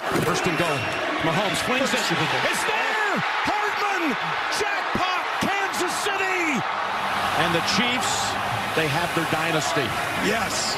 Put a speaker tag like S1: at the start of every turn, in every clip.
S1: Houston goal. Mahomes flings it. It's there! Hartman! Jackpot! Kansas City! And the Chiefs, they have their dynasty.
S2: Yes.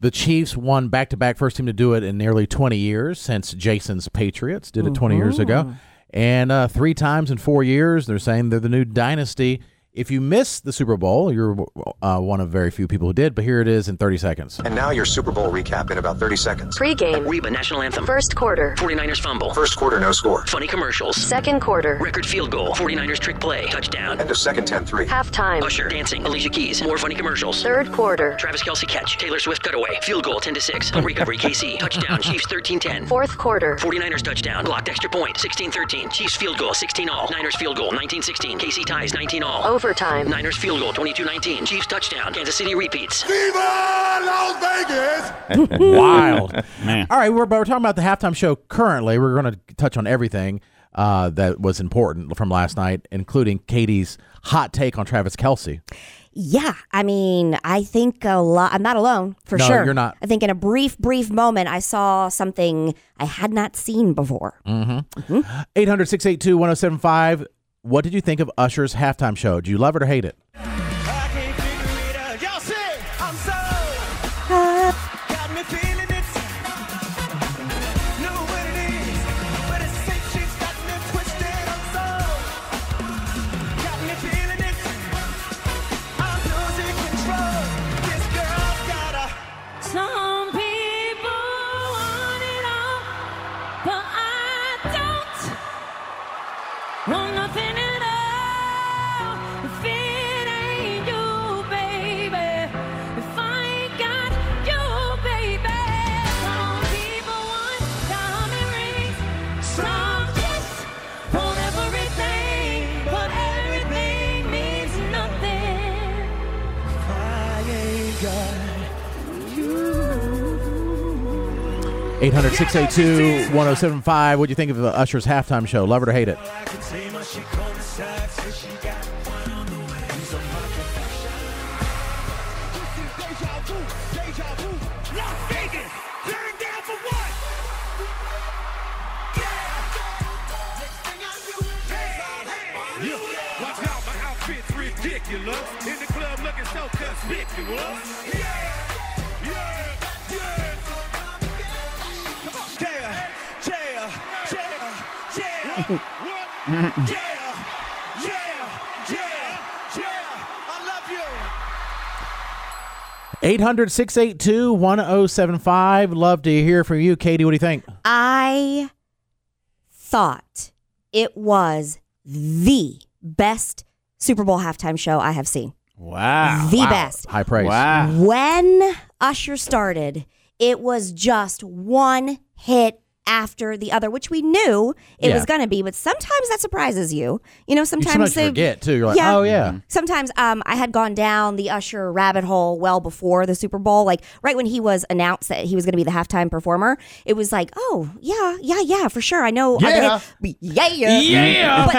S3: The Chiefs won back to back, first team to do it in nearly 20 years since Jason's Patriots did it 20 years ago. And uh, three times in four years, they're saying they're the new dynasty. If you miss the Super Bowl, you're uh, one of very few people who did, but here it is in 30 seconds.
S4: And now your Super Bowl recap in about 30 seconds.
S5: Pre-game.
S6: Reba National Anthem.
S5: First quarter.
S6: 49ers fumble.
S4: First quarter, no score.
S6: Funny commercials.
S5: Second quarter.
S6: Record field goal. 49ers trick play. Touchdown.
S4: End of second 10 3.
S5: Halftime.
S6: Usher. Dancing. Alicia Keys. More funny commercials.
S5: Third quarter.
S6: Travis Kelsey catch. Taylor Swift cutaway. Field goal 10 to 6. Home recovery. KC. Touchdown. Chiefs 13 10.
S5: Fourth quarter.
S6: 49ers touchdown. Blocked extra point. 16 13. Chiefs field goal. 16 all. Niners field goal. 19 16. KC ties. 19 all.
S5: Overtime.
S6: Niners field goal. 22 19. Chiefs touchdown. Kansas City repeats.
S2: Viva Las Vegas!
S3: Wild.
S7: Man.
S3: All right, we're, but we're talking about the halftime show currently. We're going to touch on everything uh, that was important from last night, including Katie's hot take on Travis Kelsey.
S8: Yeah, I mean, I think a lot. I'm not alone for
S3: No,
S8: sure.
S3: you're not.
S8: I think in a brief, brief moment, I saw something I had not seen before.
S3: 800 682 1075. What did you think of Usher's halftime show? Do you love it or hate it?
S2: I can't figure it out. Y'all say I'm so got me feeling it. Know what it is, but it's sick she's got me twisted. I'm so got me feeling it. I'm losing control. This girl's got a
S9: Some people want it all, but I don't want nothing at all. If it ain't you, baby, if I ain't got you, baby. Some people want diamond rings, some just want everything, but everything means nothing. You.
S3: 800 682 1075. What do you think of the Usher's halftime show? Love it or hate it?
S2: I can see my she cold inside, so she got one on the way. She's a motherfucker. This is deja vu, deja vu. Las Vegas, turned down for what? Yeah. Next thing I knew, hey, hey. Look, watch out, my outfit's ridiculous. In the club looking so conspicuous. Yeah, yeah, yeah. Come on. Yeah, yeah, yeah, yeah. What? Yeah, yeah, yeah, yeah. I love you.
S3: 800 682 1075. Love to hear from you. Katie, what do you think?
S8: I thought it was the best Super Bowl halftime show I have seen.
S3: Ah,
S7: Wow.
S8: The best.
S3: High praise.
S7: Wow.
S8: When Usher started, it was just one hit after the other, which we knew it
S3: Yeah.
S8: was going to be, but sometimes that surprises you. You know,
S3: You
S8: sometimes,
S3: sometimes
S8: they
S3: forget, too. You're like,
S8: Yeah.
S3: oh, yeah.
S8: Sometimes um, I had gone down the Usher rabbit hole well before the Super Bowl. Like right when he was announced that he was going to be the halftime performer, it was like, oh yeah, yeah, yeah, for sure. I know. I've been
S7: Yeah.
S8: hit- yeah, yeah, yeah. But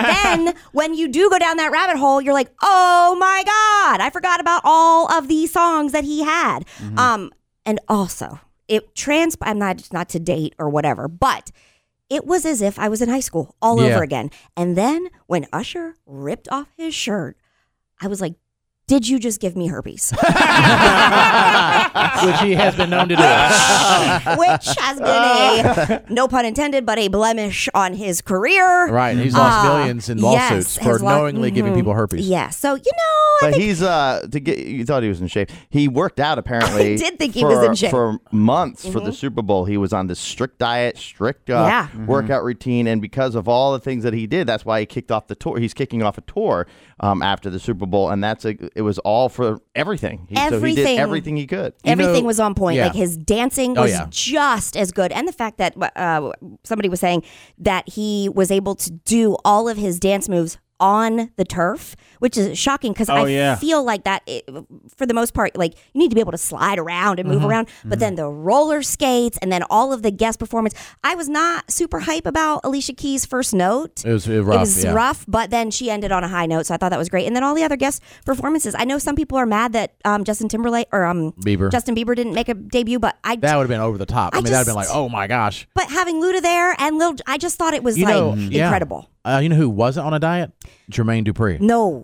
S8: then when you do go down that rabbit hole, you're like, oh my god, I forgot about all of these songs that he had. Um, and also it trans. I'm not not to date or whatever, but. It was as if I was in high school all
S3: Yeah.
S8: over again. And then when Usher ripped off his shirt, I was like, did you just give me herpes? Which
S3: Which he has been known to do.
S8: has been a, no pun intended, but a blemish on his career.
S3: Right. He's lost
S8: Uh,
S3: millions in
S8: yes,
S3: lawsuits for
S8: has lo-
S3: knowingly giving
S8: mhm.
S3: people herpes.
S8: Yeah. So, you know, I
S7: But
S8: think
S7: he's uh to get you thought he was in shape. He worked out apparently.
S8: I did think he
S7: for,
S8: was in shape. Mm-hmm.
S7: for months for the Super Bowl. He was on this strict diet, strict uh,
S8: Yeah.
S3: Mm-hmm.
S7: workout routine, and because of all the things that he did, that's why he kicked off the tour. He's kicking off a tour um, after the Super Bowl, and that's a, it was all for everything. He, So he did
S8: Everything.
S7: everything he could.
S3: You
S8: everything
S3: know-
S8: was on point.
S3: yeah.
S8: Like his dancing
S3: Oh,
S8: was
S3: yeah.
S8: just as good, and the fact that uh, somebody was saying that he was able to do all of his dance moves on the turf, which is shocking because
S5: Oh,
S8: I
S5: yeah.
S8: feel like that it, for the most part, like you need to be able to slide around and move
S3: Mm-hmm.
S8: around. But then the roller skates and then all of the guest performance. I was not super hype about Alicia Keys' first note.
S3: It was, uh, rough.
S8: It was
S3: yeah.
S8: rough, but then she ended on a high note, so I thought that was great. And then all the other guest performances. I know some people are mad that um, Justin Timberlake or um,
S3: Bieber.
S8: Justin Bieber didn't make a debut, but I.
S3: That would have been over the top. I,
S8: I
S3: mean, that would have been like,
S8: just-
S3: oh my gosh.
S8: but having Luda there and Lil, I just thought it was
S3: You
S8: like Mm-hmm.
S3: know, yeah.
S8: incredible. Mm-hmm.
S3: Uh, you know who wasn't on a diet? Jermaine Dupri.
S8: No,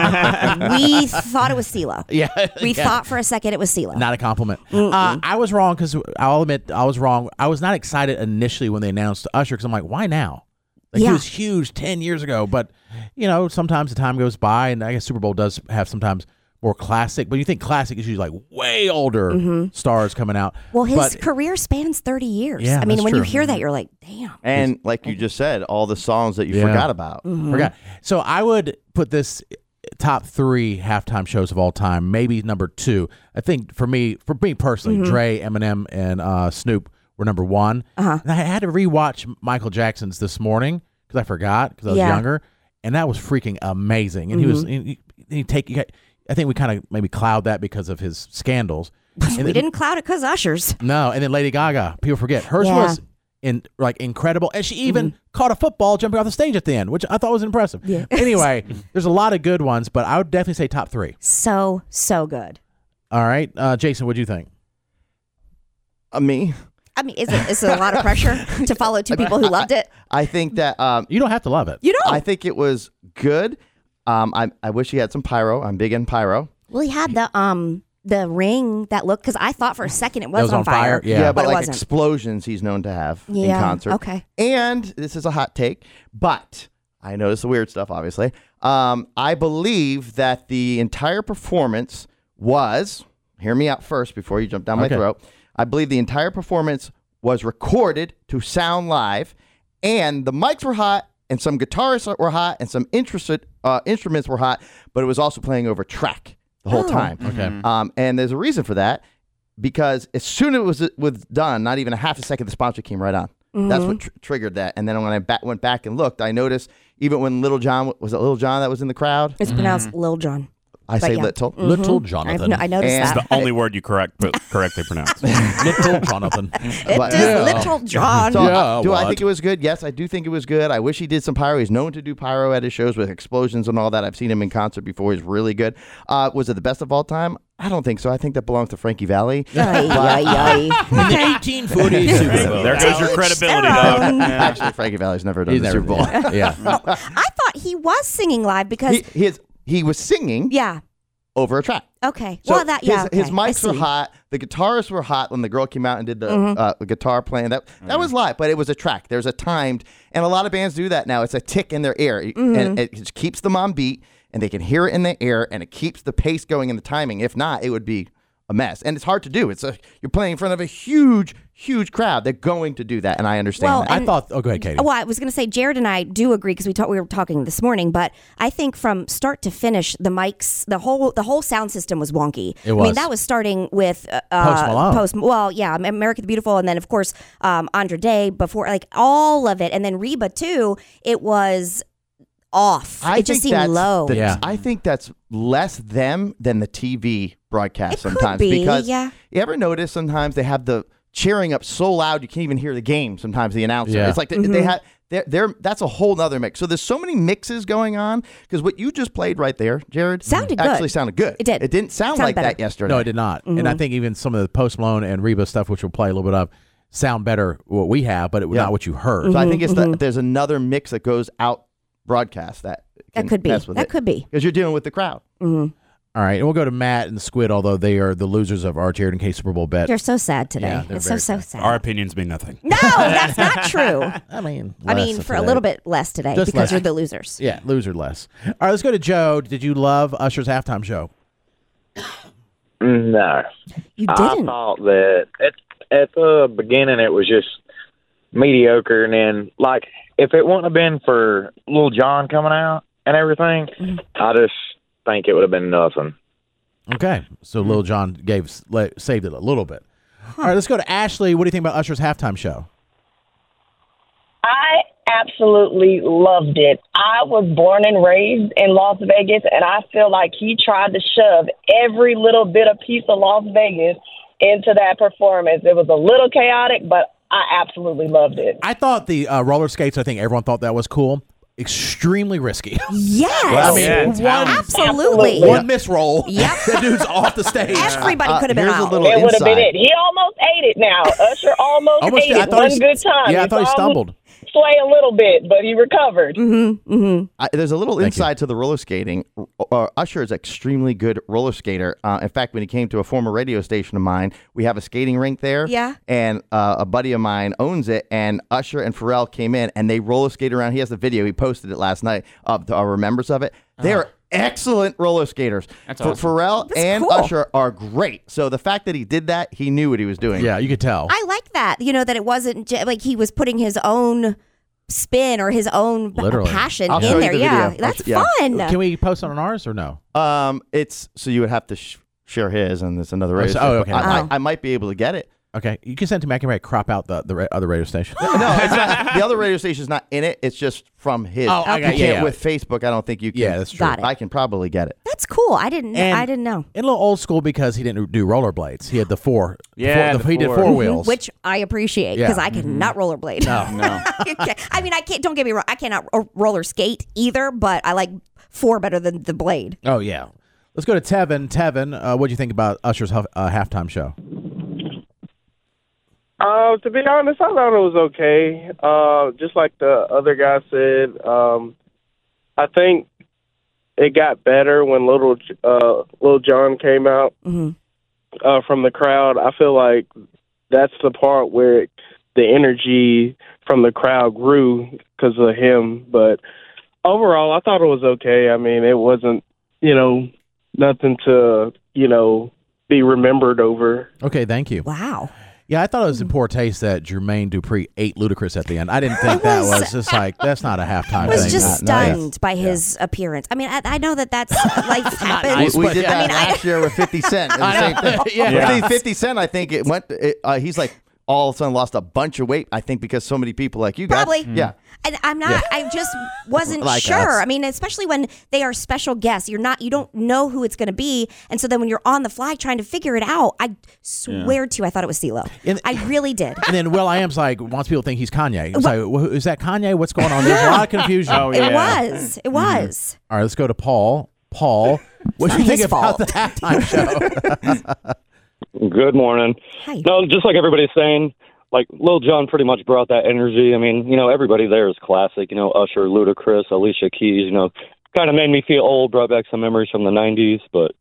S8: we thought it was CeeLo.
S3: Yeah.
S8: We
S3: Yeah.
S8: thought for a second it was CeeLo.
S3: Not a compliment. Uh, I was wrong because I'll admit I was wrong. I was not excited initially when they announced Usher because I'm like, why now? Like, He
S8: Yeah.
S3: was huge 10 years ago, but, you know, sometimes the time goes by, and I guess Super Bowl does have sometimes more classic, but you think classic is usually like way older stars coming out.
S8: Mm-hmm. well, his
S3: But-
S8: career spans thirty years.
S3: Yeah,
S8: I mean,
S3: that's
S8: when you
S3: true.
S8: hear that, you're like, damn.
S7: And like
S8: Mm-hmm.
S7: you just said, all the songs that you
S3: Yeah.
S7: forgot about.
S8: Mm.
S3: Forgot. So I would put this top three halftime shows of all time, maybe number two. I think for me, for me personally,
S8: Mm-hmm.
S3: Dre, Eminem, and uh, Snoop were number one. Uh-huh. And I had to rewatch Michael Jackson's this morning because I forgot because I was
S8: Yeah. Mm-hmm.
S3: younger, and that was freaking amazing. And he was he, he take. You, I think we kind of maybe cloud that because of his scandals. And
S8: We
S3: then-
S8: didn't cloud it because Usher's.
S3: no, and then Lady Gaga. People forget hers
S8: Yeah. Mm-hmm.
S3: was in like incredible, and she even caught a football jumping off the stage at the end, which I thought was impressive.
S8: Yeah.
S3: Anyway, there's a lot of good ones, but I would definitely say top three.
S8: So so good.
S3: All right, uh, Jason, what do you think?
S7: Uh, me,
S8: I mean, is it is it a lot of pressure to follow two people who loved it?
S7: I think that um,
S3: You don't have to love it.
S8: You know,
S7: I think it was good. Um, I I wish he had some pyro. I'm big in pyro.
S8: well, he had the um the ring that looked because I thought for a second it was, on, fire.
S3: Yeah.
S7: but,
S8: But it
S7: like
S8: wasn't.
S7: explosions he's known to have in
S8: Yeah,
S7: concert.
S8: okay.
S7: And this is a hot take, but I noticed the weird stuff, obviously. Um, I believe that the entire performance was, hear me out first before you jump down
S3: Okay.
S7: my throat. I believe the entire performance was recorded to sound live, and the mics were hot, and some guitarists were hot, and some interested, uh, instruments were hot, but it was also playing over track the
S8: Oh.
S7: whole time.
S3: Okay.
S7: Um, and there's a reason for that because as soon as it was, it was done, not even a half a second, the sponsor came right on. That's
S8: Mm-hmm.
S7: what tr- triggered that. And then when I ba- went back and looked, I noticed even when Little John was it Little John that was in the crowd.
S8: It's pronounced Lil John.
S7: I say
S8: yeah. Mm-hmm.
S3: Little
S7: Little.
S8: I,
S3: Jonathan.
S8: no, I noticed
S7: And-
S8: that.
S5: The only word you correct correctly pronounced.
S3: Little Jonathan.
S7: But-
S8: It is
S3: Yeah.
S8: Little John.
S7: So,
S3: Yeah,
S7: uh, do I
S3: what?
S7: think it was good? Yes, I do think it was good. I wish he did some pyro. He's known to do pyro at his shows with explosions and all that. I've seen him in concert before. He's really good. Uh, was it the best of all time? I don't think so. I think that belongs to Frankie Valley.
S8: Ay, ay, ay.
S3: In the 1840s Super Bowl.
S5: there goes your credibility,
S8: their
S5: dog.
S8: own.
S5: Yeah.
S7: Actually, Frankie Valley's never done
S3: He's
S7: the
S3: never-
S7: Super Bowl.
S3: Yeah.
S8: I thought he was singing live because
S7: he, his, he was singing
S8: yeah.
S7: over a track.
S8: Okay.
S7: So
S8: well, that yeah.
S7: his, his
S8: okay.
S7: mics
S8: I
S7: were
S8: see. Mm-hmm.
S7: hot. The guitarists were hot when the girl came out and did the uh, guitar playing. That that was live, but it was a track. There's a timed, and a lot of bands do that now. It's a tick in their ear,
S8: Mm-hmm.
S7: and it just keeps them on beat, and they can hear it in the air, and it keeps the pace going and the timing. If not, it would be a mess, and it's hard to do. It's a you're playing in front of a huge, huge crowd. They're going to do that, and I understand.
S8: Well,
S7: that.
S3: I
S8: And-
S3: thought. Oh, go ahead, Katie.
S8: Well, I was going to say Jared and I do agree because we talked. We were talking this morning, but I think from start to finish, the mics, the whole the whole sound system was wonky.
S3: It
S8: I
S3: was.
S8: mean, that was starting with uh,
S3: Post
S8: uh,
S3: Malone.
S8: Post, well, yeah, America the Beautiful, and then of course um, Andre Day before, like all of it, and then Reba too. It was off.
S7: I
S8: it just
S7: think
S8: seemed
S7: that's
S8: low.
S7: the-
S3: Yeah.
S7: I think that's less them than the TV broadcast
S8: It could
S7: sometimes
S8: be,
S7: because
S8: yeah.
S7: you ever notice sometimes they have the cheering up so loud you can't even hear the game. Sometimes the announcer,
S3: Yeah.
S7: it's like they, they
S8: Mm-hmm.
S7: have. They're, they're, that's a whole nother mix. So there's so many mixes going on because what you just played right there, Jared,
S8: Sounded
S7: actually
S8: good.
S7: sounded good.
S8: It did.
S7: It didn't sound
S8: Sounded
S7: like that
S8: better.
S7: yesterday.
S3: No, it did not. And I
S8: Mm-hmm.
S3: think even some of the Post Malone and Reba stuff, which we'll play a little bit of, sound better what we have, but it was
S7: Yeah.
S3: not what you heard.
S8: Mm-hmm.
S7: So I think it's the, there's another mix that goes out broadcast that
S8: That could be. That could be.
S7: because you're dealing with the crowd.
S3: All right, and we'll go to Matt and Squid, although they are the losers of our Jared and K Super Bowl bet.
S8: They're so sad today.
S3: Yeah, they're
S8: it's so
S3: very
S8: so sad.
S5: Our opinions mean nothing.
S8: no, that's not true.
S3: I mean,
S8: I
S3: less
S8: mean,
S3: of
S8: for a
S3: today.
S8: little bit less today
S3: Just
S8: because
S3: less.
S8: you're the losers.
S3: Yeah, loser less. All right, let's go to Joe. Did you love Usher's halftime show?
S10: No,
S8: You
S10: I
S8: didn't.
S10: thought that at at the beginning it was just mediocre, and then like if it wouldn't have been for Little John coming out and everything,
S8: Mm-hmm.
S10: I just think it would have been nothing.
S3: Okay, so Lil John gave le- saved it a little bit. All right, let's go to Ashley. What do you think about Usher's halftime show?
S11: I absolutely loved it. I was born and raised in Las Vegas, and I feel like he tried to shove every little bit of piece of Las Vegas into that performance. It was a little chaotic, but I absolutely loved it.
S3: I thought the uh, roller skates. I think everyone thought that was cool. Extremely risky.
S8: Yes.
S3: I mean,
S8: Yeah, it's
S3: one,
S8: Absolutely.
S3: One Uh, misroll.
S8: Yep.
S3: that dude's off the stage.
S8: Everybody could have been out.
S11: it would have been it. He almost ate it. Now Usher almost,
S3: Almost-
S11: ate
S3: I
S11: it.
S3: thought
S11: One
S3: he-
S11: good time.
S3: yeah, I
S11: He
S3: thought he
S11: saw him
S3: stumbled.
S11: Sway a little bit, but he recovered. Mm-hmm, mm-hmm.
S7: I, there's a little inside to the roller skating. Uh, Usher is an extremely good roller skater. Uh, in fact, when he came to a former radio station of mine, we have a skating rink there.
S8: Yeah.
S7: And uh, a buddy of mine owns it, and Usher and Pharrell came in and they roller skate around. He has the video. He posted it last night of the uh, remembers of it.
S3: Uh-huh.
S7: They are excellent roller skaters.
S12: That's
S7: Ph-
S12: awesome.
S7: Pharrell
S12: That's
S7: and
S12: cool.
S7: Usher are great. So the fact that he did that, he knew what he was doing.
S3: Yeah, you could tell.
S8: I like that. You know that it wasn't j- like he was putting his own spin or his own p-
S3: Literally.
S8: passion
S7: I'll
S8: in
S7: show you
S8: there.
S7: the
S8: yeah,
S7: video. I'll
S8: that's
S7: sh- yeah.
S8: fun.
S3: Can we post it on ours or no?
S7: Um, it's so you would have to sh- share his, and there's another.
S3: Oh,
S7: radio
S3: so- oh,
S7: show,
S3: okay.
S7: but I, I-
S3: Oh.
S7: I might be able to get it.
S3: Okay, you can send it to me. I can write crop out the the ra- other radio station.
S7: No, it's not, the other radio station's not in it. It's just from his.
S3: Oh, I got-
S7: you can't
S3: yeah, yeah.
S7: with Facebook. I don't think you can.
S3: Yeah, that's true. Got it.
S7: I can probably get it.
S8: That's cool. I didn't.
S3: And-
S8: I didn't know.
S3: And a little old school because he didn't do rollerblades. He had the four.
S5: Yeah,
S3: four- the-
S5: the
S3: he did
S5: four.
S3: four
S5: Mhm.
S3: wheels.
S8: Mm-hmm. Which I appreciate
S3: Yeah.
S8: because I could
S3: Mm-hmm.
S8: not rollerblade.
S3: No. No.
S8: Okay. I mean, I can't. Don't get me wrong. I cannot ro- roller skate either, but I like four better than the blade.
S3: Oh yeah. Let's go to Tevin. Tevin, uh, what do you think about Usher's huff- uh, halftime show?
S13: Uh, to be honest, I thought it was okay. Uh, just like the other guy said, um, I think it got better when little J- uh, little John came out uh, from the crowd. I feel like that's the part where the energy from the crowd grew because of him. But overall, I thought it was okay. I mean, it wasn't you know nothing to you know be remembered over.
S3: Okay, thank you.
S8: Wow.
S3: Yeah, I thought it was in poor taste that Jermaine Dupri ate Ludacris at the end. I didn't think that
S8: was-
S3: was just like that's not a halftime.
S8: I was
S3: thing.
S8: just
S3: Not nice.
S8: stunned by his appearance. I mean, I, I know that that's life happens.
S7: we, we
S8: but-
S7: did that
S8: I mean,
S7: last year with 50 Cent. and the
S8: I
S7: same
S8: know.
S7: thing.
S8: Yeah.
S7: With
S8: Yeah.
S7: the 50 Cent, I think it went. It, uh, he's like all of a sudden lost a bunch of weight. I think because so many people like you guys.
S8: Probably.
S7: Yeah.
S8: And I'm not. I just wasn't
S7: Like
S8: sure.
S7: us.
S8: I mean, especially when they are special guests, you're not. You don't know who it's going to be, and so then when you're on the fly trying to figure it out, I swear to, you, I thought it was CeeLo. I really did.
S3: And then Will Iams like wants people to think he's Kanye. It's like, "Wh- is that Kanye? What's going on? There's a lot of confusion.
S8: Oh, It was. It
S7: Mm-hmm.
S8: was.
S3: All right, let's go to Paul. Paul, what do you think
S8: his
S3: about
S8: fault.
S3: the halftime show?
S14: Mm. Good morning. No, just like everybody's saying, like Lil Jon pretty much brought that energy. I mean, you know, everybody there is classic. You know, Usher, Ludacris, Alicia Keys. You know, kind of made me feel old. Brought back some memories from the '90s. But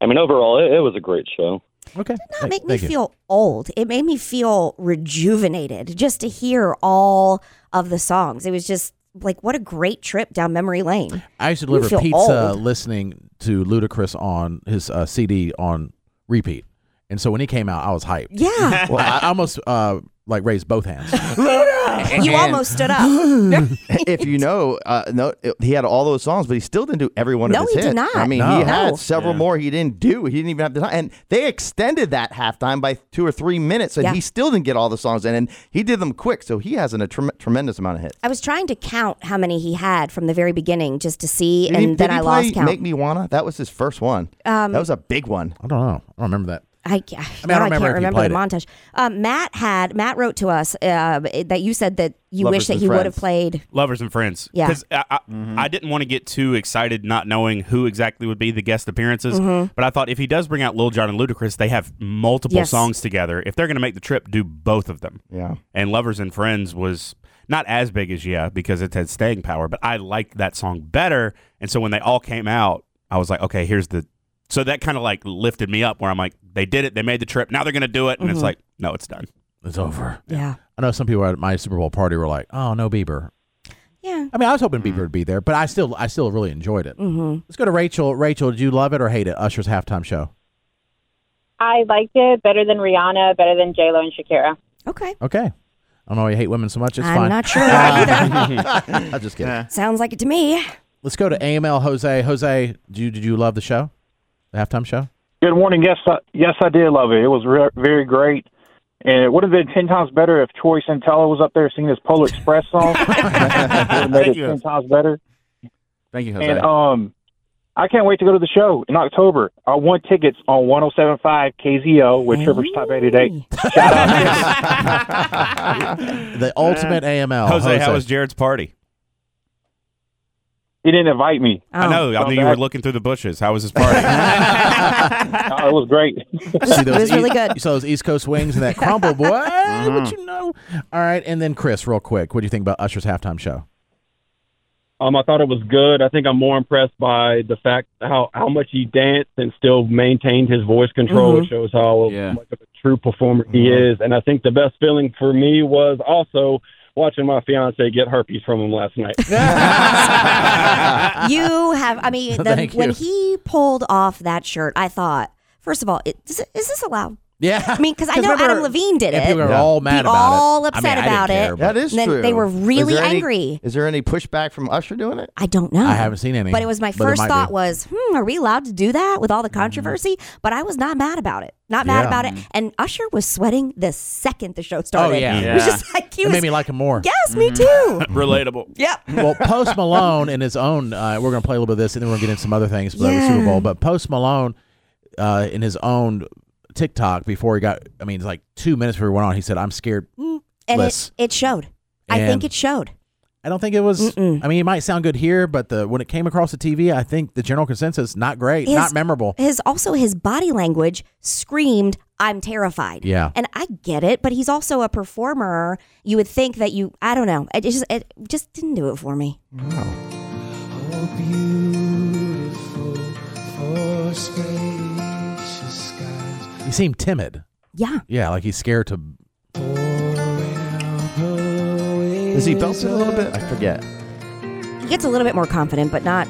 S14: I mean, overall, it, it was a great show.
S3: Okay.
S8: did not make me feel old. It made me feel rejuvenated just to hear all of the songs. It was just like what a great trip down memory lane.
S3: I used to
S8: You feel
S3: deliver pizza
S8: old.
S3: listening to Ludacris on his uh, CD on repeat. And so when he came out, I was hyped.
S8: Yeah.
S3: well, I almost uh, like raised both hands.
S8: You
S7: And-
S8: almost stood up.
S7: if you know, uh, no, he had all those songs, but he still didn't do every one
S8: No,
S7: of his
S8: he did
S7: hits.
S8: not.
S7: I mean,
S8: No. No.
S7: he had several
S8: Yeah.
S7: more he didn't do. He didn't even have the time, and they extended that halftime by two or three minutes, and
S8: Yeah.
S7: he still didn't get all the songs in, and he did them quick, so he has an, a trem- tremendous amount of hits.
S8: I was trying to count how many he had from the very beginning just to see,
S7: Did
S8: and
S7: he-
S8: then
S7: did he
S8: I lost
S7: play
S8: count.
S7: Make Me Wanna? That was his first one.
S8: Um,
S7: that was a big one.
S3: I don't know. I don't remember that.
S8: I, ca-
S7: I
S8: now I,
S7: don't remember
S8: can't
S7: if you
S8: remember the
S7: played
S8: montage. Um, Matt had Matt wrote to us uh, that you said that you
S5: Lovers
S8: wish that
S5: and
S8: he would have
S5: Friends.
S8: played.
S5: Lovers and friends.
S8: Yeah.
S5: Because I, I, I didn't want to get too excited not knowing who exactly would be the guest appearances.
S8: Mhm.
S5: But I thought if he does bring out Lil Jon and Ludacris, they have multiple
S8: Yes.
S5: songs together. If they're going to make the trip, do both of them.
S7: Yeah.
S5: And Lovers and Friends was not as big as yeah because it had staying power, but I liked that song better. And so when they all came out, I was like, okay, here's the. So that kind of like lifted me up where I'm like, they did it, they made the trip, now they're going to do it. And
S3: Mm-hmm.
S8: Mhm.
S5: it's like, no, it's done.
S3: It's over.
S8: Yeah.
S3: I know some people at my Super Bowl party were like, "Oh no, Bieber."
S8: Yeah.
S3: I mean, I was hoping Bieber would be there, but I still, I still really enjoyed it.
S8: Mm. Mm-hmm.
S3: Let's go to Rachel. Rachel, did you love it or hate it? Usher's halftime show.
S15: I liked it better than Rihanna, better than J Lo and Shakira.
S8: Okay.
S3: Okay. I don't know why you hate women so much. It's
S8: I'm
S3: fine.
S8: not sure why
S3: either. I'm just kidding.
S8: Sounds like it to me.
S3: Let's go to AML Jose. Jose, did you, did you love the show? The halftime show?
S16: Good morning. Yes, I, yes, I did love it. It was re- very great.
S12: And it would have been ten times better if Troy Santella was up there singing his Polar Express song. It would have made it
S16: you.
S12: ten times better.
S16: Thank you, Jose.
S12: And um, I can't wait to go to the show in October. I won tickets on 107.5 KZO with Trippers Top 88.
S3: The ultimate
S7: Oh,
S3: AML.
S5: Jose, how was Jared's party?
S12: He didn't invite me.
S5: I know. I
S12: Oh.
S5: knew you were looking through the bushes. How was his party?
S12: Uh, it was great.
S8: Oh.
S3: good. So those East Coast wings and that crumble, boy. What you know? All right, and then Chris, real quick, what do you think about Usher's halftime show?
S17: Um, I thought it was good. I think I'm more impressed by the fact how how much he danced and still maintained his voice control,
S18: Mhm.
S17: which shows how much of a true performer he is. And I think the best feeling for me was also watching my fiance get herpes from him last night.
S8: you have. I mean, the,
S17: Thank you.
S8: when he pulled off that shirt, I thought, first of all, it, is, is this allowed?
S3: Yeah,
S8: I mean, because I
S3: 'Cause
S8: know
S3: remember-
S8: Adam Levine did
S3: and
S8: it.
S3: people were all mad
S8: Be
S3: about it. I
S8: all
S3: mean,
S8: upset
S3: I didn't
S8: about
S3: care,
S8: it.
S3: but-
S7: That is
S8: and then
S7: true.
S8: They were really
S7: Is there any-
S8: angry.
S7: is there any pushback from Usher doing it?
S8: I don't know.
S3: I haven't seen any,
S8: But it was my
S3: but there
S8: first
S3: might
S8: thought
S3: be. Mm-hmm.
S8: was, hmm, are we allowed to do that with all the controversy? But I was not mad about it. Not mad
S3: Yeah.
S8: about it.
S3: Mhm.
S8: And Usher was sweating the second the show started.
S3: Oh yeah,
S8: It was just like he
S3: It
S8: was.
S3: made me like him more.
S8: yes, me too.
S5: Relatable.
S8: Yep.
S3: well, Post Malone in his own, uh, we're going to play a little bit of this, and then we're going to get into some other things about the
S8: Yeah.
S3: Super Bowl. But Post Malone uh, in his own TikTok before he got, I mean, it's like two minutes before he went on, he said, "I'm scared."
S8: And
S3: less."
S8: it, it showed. I think
S3: And-
S8: it showed.
S3: I don't think it was. I mean, it might sound good here, but the when it came across the TV, I think the general consensus not great,
S8: His-
S3: not memorable.
S8: His also his body language screamed, "I'm terrified."
S3: Yeah.
S8: and I get it, but he's also a performer. You would think that you, I don't know, it just it just didn't do it for me.
S19: For spacious skies
S3: he seemed timid.
S8: Yeah.
S3: Yeah, like he's scared to.
S7: Is he belted a little bit? I forget.
S8: He gets a little bit more confident, but not.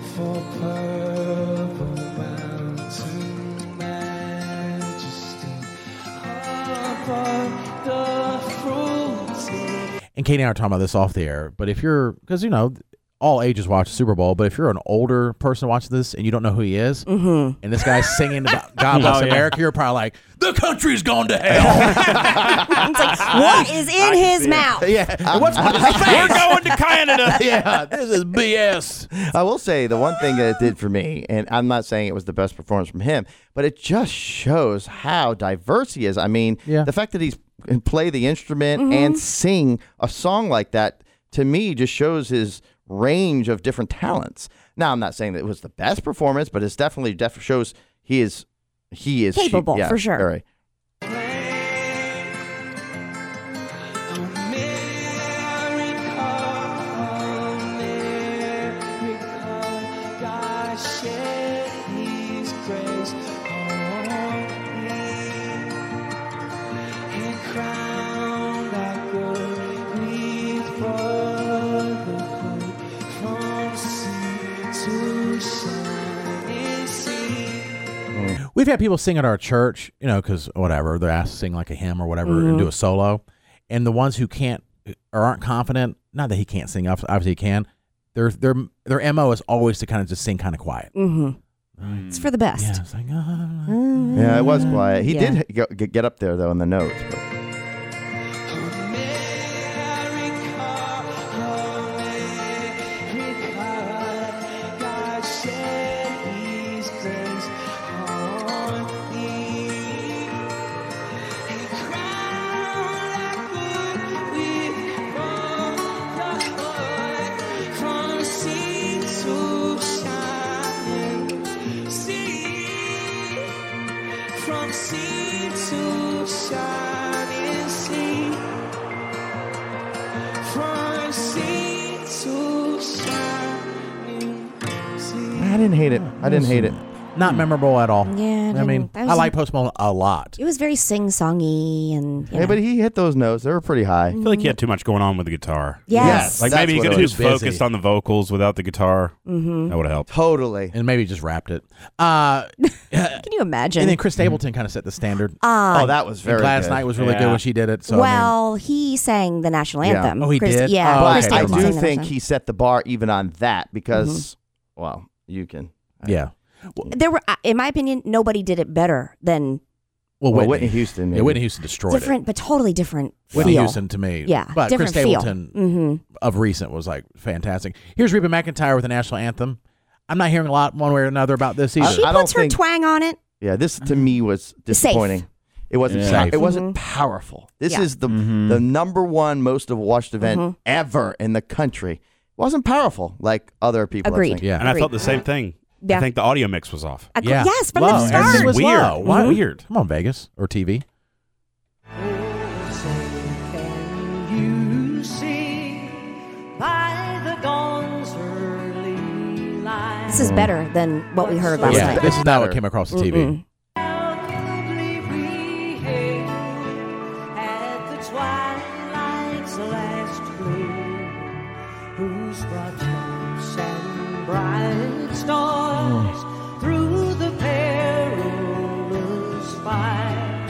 S19: above the fruits.
S3: And Katie and I were talking about this off the air, but if you're, because you know, all ages watch the Super Bowl, but if you're an older person watching this and you don't know who he is, and this guy's singing about God bless
S19: Oh, yeah.
S3: America, you're probably like, the country's gone to hell.
S8: it's like what is in his mouth?
S3: Yeah, And what's We're
S7: I-
S5: going to Canada.
S3: yeah, this is BS.
S7: I will say the one thing that it did for me, and I'm not saying it was the best performance from him, but it just shows how diverse he is. I mean, the fact that he's can play the instrument
S8: Mm-hmm.
S7: and sing a song like that to me just shows his range of different talents. Now, I'm not saying that it was the best performance, but it's definitely def- shows he is he is
S8: Capable, for sure.
S7: very.
S19: God shed His grace on me and crowned our good with brotherhood from sea to shining sea.
S3: We've had people sing at our church, you know, because whatever, they're asked to sing like a hymn or whatever and
S20: Mhm.
S3: do a solo. And the ones who can't or aren't confident, not that he can't sing, obvi- obviously he can, their, their, their MO is always to kind of just sing kind of quiet.
S8: Mm-hmm. It's for the best. Yeah,
S3: it's like,
S7: Yeah, it was quiet. He
S8: Yeah.
S7: did go- get up there though in the notes. But.
S19: God shed His grace on me and crowned our good with brotherhood from sea to shining sea, from sea to shining sea, from sea to shining sea.
S7: I didn't hate it. I didn't hate it.
S3: Not memorable at all.
S8: Yeah,
S3: I mean,
S8: didn't-
S3: I
S8: that was-
S3: like Post Malone a lot.
S8: It was very sing songy and you
S7: Yeah,
S8: know.
S7: but he hit those notes. They were pretty high. I
S8: Mm-hmm.
S5: feel like he had too much going on with the guitar.
S8: Yes. Yes,
S5: Like
S7: that's
S5: maybe he
S7: what
S5: could
S7: it
S5: have
S7: was.
S5: just
S7: Busy.
S5: focused on the vocals without the guitar.
S8: Mhm.
S3: Mm-hmm.
S5: That would have helped.
S7: Totally.
S3: And maybe just wrapped it. Uh,
S8: Can you imagine?
S3: and then Chris Stapleton kind of set the standard.
S8: Uh, Oh,
S7: that was
S3: And
S7: very
S3: Gladys
S7: good.
S3: Knight was really good
S7: Yeah.
S3: when she did it. So I mean-
S8: well, he sang the national anthem.
S7: Oh, he
S8: Chris-
S7: did.
S8: Yeah,
S7: but
S8: Chris
S7: I
S8: Stapleton
S7: do
S8: sang the
S7: think
S8: national
S7: he set the bar even on that because,
S8: Mm-hmm.
S7: well, you can.
S3: Yeah.
S8: anthem. there were, uh, in my opinion, nobody did it better than
S3: Well,
S7: Well,
S3: Whitney,
S7: Whitney Houston,
S3: Yeah,
S7: maybe.
S3: Whitney Houston destroyed
S8: different,
S3: it.
S8: but totally different.
S3: Whitney
S8: feel.
S3: Houston to me.
S8: Yeah,
S3: but Chris
S8: different feel.
S3: Stapleton
S8: Mhm.
S3: of recent was like fantastic. Here's Reba McIntyre with the national anthem. I'm not hearing a lot one way or another about
S7: Uh,
S3: this either.
S8: She puts her twang on it.
S7: Yeah, this
S8: Uh-huh.
S7: to me was disappointing. It wasn't.
S3: Yeah.
S7: pow-
S3: Safe. Mm-hmm.
S7: It wasn't powerful. This
S8: Mm-hmm. Yeah.
S7: is the the number one most of watched event
S8: Mhm.
S7: ever in the country. It wasn't powerful like other people. I think.
S5: and I felt the same thing.
S8: Yeah.
S5: I think the audio mix was off.
S8: Ac- Yeah. yes, from the
S5: Low.
S8: start.
S5: Everything was
S8: Mhm.
S5: weird.
S8: Low.
S5: Why
S7: Mm-hmm.
S8: Mhm.
S5: weird?
S3: Come on, Vegas or TV.
S19: You see by the dawn's early light.
S8: This is better than what we heard last
S3: Mm. yeah,
S8: night.
S3: this is not what came across the TV.
S8: Mm-mm.
S19: At the twilight's last gleam, whose broadcast and bright stars through the perilous fight,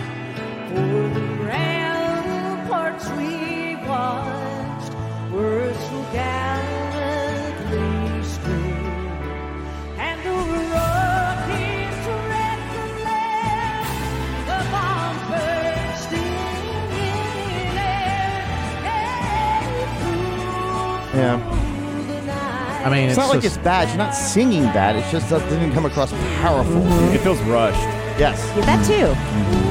S19: o'er the ramparts we watched were so gallantly streamed, and over Rocky's red flag, the bomb bursting in air,
S7: Yeah.
S3: I mean,
S7: it's,
S3: it's
S7: not like
S3: just-
S7: it's bad. You're not singing bad. It just doesn't- didn't come across powerful. It feels rushed. Yes. Mm-hmm.
S8: that Mm-hmm.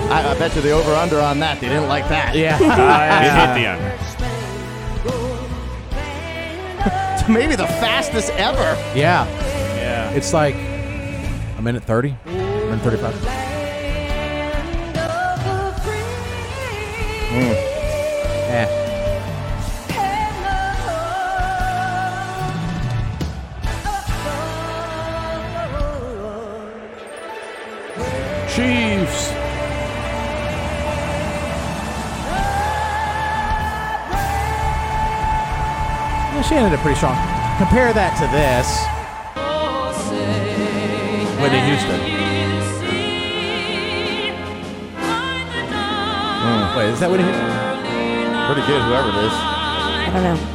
S8: too.
S7: I, I bet you the over under on that. They didn't like that.
S3: Yeah.
S5: It hit the under.
S7: Maybe the fastest ever.
S3: Yeah. Yeah. It's like a minute 30, minute 35. Eh. Chiefs. Yeah, she ended it pretty strong. Compare that to this. Whitney Houston. Wait, is that Whitney Houston?
S7: Pretty good, whoever it is.
S8: I don't know.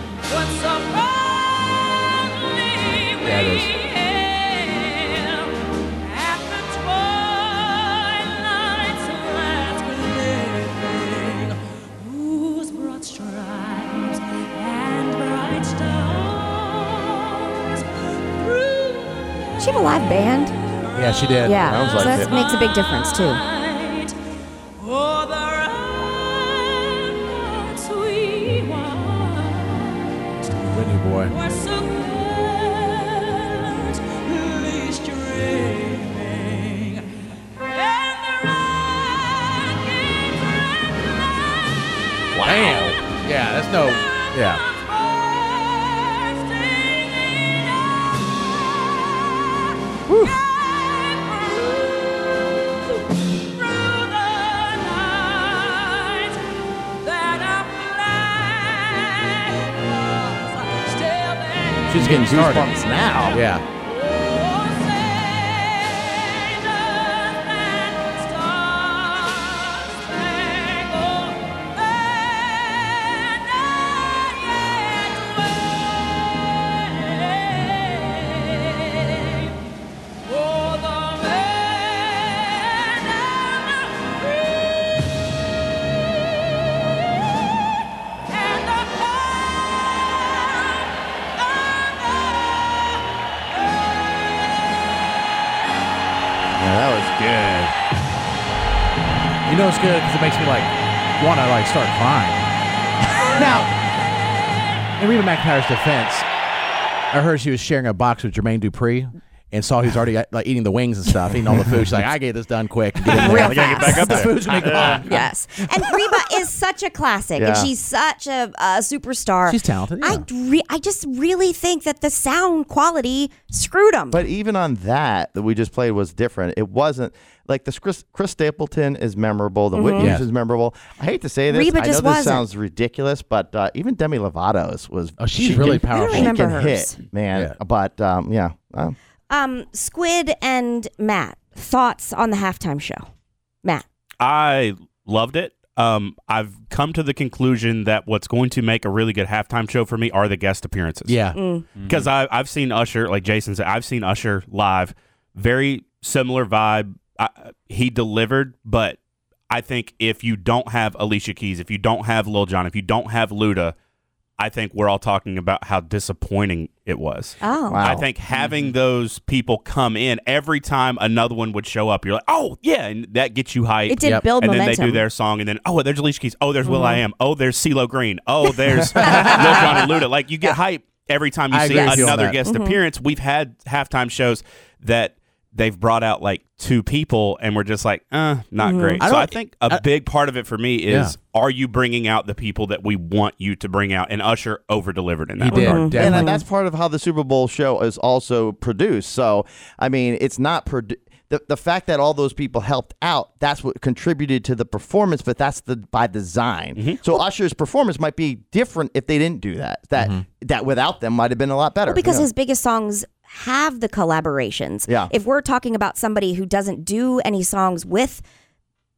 S3: Yeah, it is.
S19: whose broad stripes and bright stars through
S8: She have a live band.
S3: Yeah, she did.
S8: yeah, so that makes a big difference too.
S19: night. Oh, the ramparts we watched
S3: Whitney boy.
S19: were so gallantly streaming, and the rocket's red
S3: Wow. Yeah, that's no. Yeah.
S7: She's getting goosebumps now.
S3: Yeah.
S7: that was good.
S3: You know it's good because it makes me like want to like start crying. now, in Reba McIntyre's defense, I heard she was sharing a box with Jermaine Dupree and saw he's already like eating the wings and stuff, eating all the food. She's like, I get this done quick. and Get in there.
S5: Real I gotta get back up
S3: This
S5: there.
S3: food's gonna be
S5: Yeah.
S3: gone.
S8: Yes. And Reba is such a classic, and
S3: Yeah.
S8: she's such a, a superstar.
S3: She's talented,
S8: I re- I just really think that the sound quality screwed them.
S7: But even on that that we just played was different. It wasn't like the Chris, Chris Stapleton is memorable. The
S8: Mhm.
S7: Whitney
S8: Yes.
S7: Houston is memorable. I hate to say this.
S8: Reba
S7: I know
S8: just
S7: this
S8: wasn't.
S7: sounds ridiculous, but uh, even Demi Lovato's was. Oh,
S3: she's really powerful.
S7: She
S8: remember
S7: can
S8: hers.
S7: hit, man. But um, yeah, um,
S8: um, Squid and Matt, thoughts on the halftime show? Matt.
S5: I loved it. Um, I've come to the conclusion that what's going to make a really good halftime show for me are the guest appearances.
S3: Yeah. Mm.
S5: because I I've seen Usher, like Jason said, I've seen Usher live, very similar vibe. I, he delivered, but I think if you don't have Alicia Keys, if you don't have Lil Jon, if you don't have Luda, I think we're all talking about how disappointing it was.
S8: Oh.
S5: I think having those people come in every time another one would show up, you're like, oh yeah, and that gets you hyped.
S8: It did Yep. build
S5: And then they do
S8: momentum.
S5: their song, and then oh, there's Alicia Keys. Oh, there's Will I
S8: Mhm.
S5: Am. Oh, there's CeeLo Green. Oh, there's Lil Jon and Luda. Like you get hyped every time you
S3: I
S5: see
S3: agree with you on
S5: another
S3: that.
S5: guest
S8: Mm-hmm.
S3: Mhm.
S5: appearance. We've had halftime shows that they've brought out like two people, and we're just like, uh, not
S8: Mm-hmm.
S3: Mhm.
S5: great.
S3: I
S5: so
S3: don't-
S5: I think a big part of it for me is
S3: Yeah.
S5: are you bringing out the people that we want you to bring out? And Usher over delivered in that
S7: He did,
S3: Mm-hmm.
S5: regard.
S7: and that's part of how the Super Bowl show is also produced. So, I mean, it's not produ- the the fact that all those people helped out. That's what contributed to the performance, but that's the by design. So Usher's performance might be different if they didn't do that. That that without them might have been a lot better.
S8: Well, because
S7: Yeah.
S8: his biggest songs have the collaborations.
S7: Yeah.
S8: If we're talking about somebody who doesn't do any songs with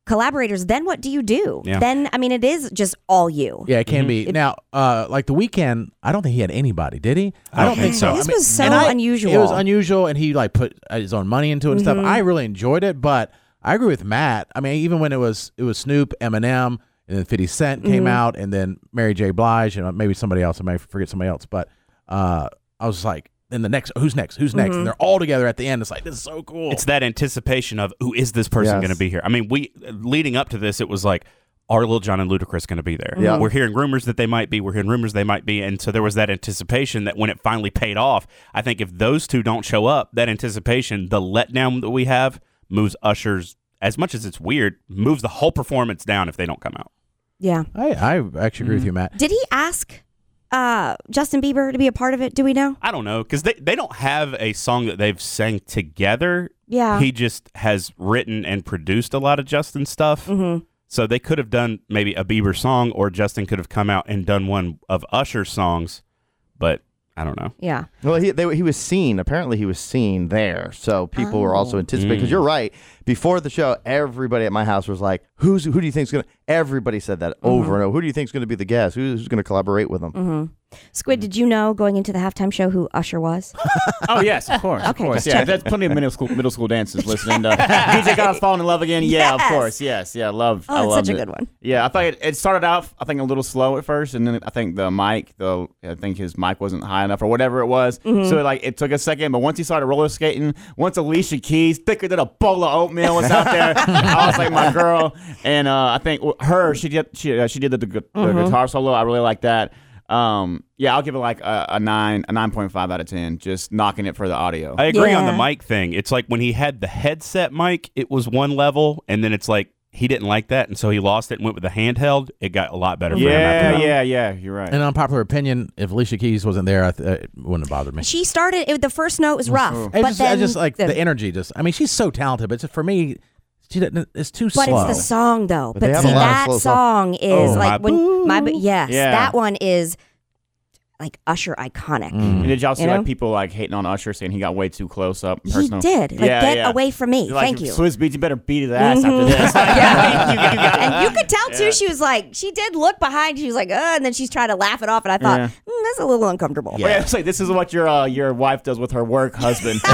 S8: collaborators, then what do you do?
S3: Yeah.
S8: Then I mean, it is just all you.
S3: Yeah, it can be. now, uh, like the weekend, I don't think he had anybody, did he?
S5: I don't think so.
S8: This
S3: I mean-
S8: was so
S3: and I-
S8: unusual.
S3: It was unusual, and he like put uh, his own money into it and
S8: Mhm.
S3: stuff. I really enjoyed it, but I agree with Matt. I mean, even when it was it was Snoop, Eminem, and then Fifty Cent came
S8: Mhm.
S3: out, and then Mary J. Blige, and uh, maybe somebody else. I may forget somebody else, but uh, I was like, and the next, who's next? Who's next?
S8: Mm-hmm.
S5: Mhm.
S3: And they're all together at the end. It's like this is so cool.
S5: It's that anticipation of who is this person
S3: Yes.
S5: going to be here? I mean, we leading up to this, it was like, are Lil Jon and Ludacris going to be there?
S3: Yeah.
S5: We're hearing rumors that they might be. We're hearing rumors they might be, and so there was that anticipation that when it finally paid off, I think if those two don't show up, that anticipation, the letdown that we have, moves Usher's. As much as it's weird, moves the whole performance down if they don't come out.
S8: yeah.
S3: I, I actually agree
S8: Mm-hmm.
S3: with you, Matt.
S8: Did he ask uh, Justin Bieber to be a part of it? Do we know?
S5: I don't know because they, they don't have a song that they've sang together.
S8: Yeah.
S5: he just has written and produced a lot of Justin stuff.
S8: Mhm.
S5: So they could have done maybe a Bieber song, or Justin could have come out and done one of Usher's songs, but I don't know.
S8: Yeah.
S7: Well, he they, he was seen. Apparently, he was seen there. So people were
S8: Oh.
S7: also anticipating. Because
S5: Mm.
S7: you're right. Before the show, everybody at my house was like, "Who's who? Do you think's gonna?" Everybody said that over and over. Who do you think's gonna be the guest? Who's, who's gonna collaborate with them?
S8: hmm Squid, did you know going into the halftime show who Usher was?
S16: Oh yes, of course, of
S8: Okay,
S16: course.
S8: just
S16: Yeah,
S8: checking.
S16: that's plenty of middle school middle school dances. Listening to DJ Khaled's "Falling in Love Again." Yeah,
S8: Yes.
S16: of course. Yes, yeah, I love.
S8: Oh,
S16: I
S8: that's
S16: loved
S8: such
S16: it.
S8: a good one.
S16: Yeah, I think it, it started out. I think a little slow at first, and then I think the mic, the I think his mic wasn't high enough or whatever it was.
S8: Mm-hmm.
S18: Mhm.
S16: So like it took a second, but once he started roller skating, once Alicia Keys thicker than a bowl of oatmeal was out there, I was like my girl. And uh, I think her, she did she uh, she did the, the, gu- the
S8: Mm-hmm.
S18: Mhm.
S16: guitar solo. I really like that. Um, yeah, I'll give it like a, a nine, a nine point five out of ten. Just knocking it for the audio.
S5: I agree on the mic thing. It's like when he had the headset mic, it was one level, and then it's like he didn't like that, and so he lost it and went with the handheld. It got a lot better. for him after
S16: Yeah,
S5: that.
S16: yeah, yeah. You're right.
S3: An unpopular opinion: If Alicia Keys wasn't there, I th- it wouldn't have bothered me.
S8: She started. It, the first note was rough,
S3: It's
S8: but
S3: just, I
S8: then
S3: just like the, energy. Just, I mean, she's so talented, but just for me, she doesn't- it's too
S8: But
S3: slow.
S8: it's the song though.
S3: But
S8: But,
S3: they have
S8: see,
S3: a lot of
S8: that
S3: slow
S8: song
S3: songs.
S8: is
S3: Oh, my
S8: like when my boo- yes,
S16: Yeah.
S8: that one is like Usher
S3: Mm.
S8: iconic.
S16: And did y'all see
S8: You know?
S16: like people like hating on Usher saying he got way too close up?
S8: He
S16: Personal.
S8: did. Like, get away from me.
S16: Like,
S8: Thank you.
S16: Swizz Beats, you better beat his ass
S8: Mhm.
S16: after this. Like, Mm-hmm. you- you got-
S8: and you could tell too.
S16: Yeah.
S8: She was like, she did look behind. She was like, uh, and then she's trying to laugh it off. And I thought,
S16: Yeah.
S8: mm, that's a little uncomfortable.
S16: Yeah. it's like this is what your uh, your wife does with her work husband.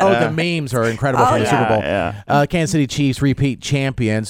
S3: oh, the memes are incredible
S16: Oh,
S3: for the
S16: yeah,
S8: Oh,
S3: Super Bowl.
S16: yeah.
S3: Uh, Kansas City Chiefs repeat champions.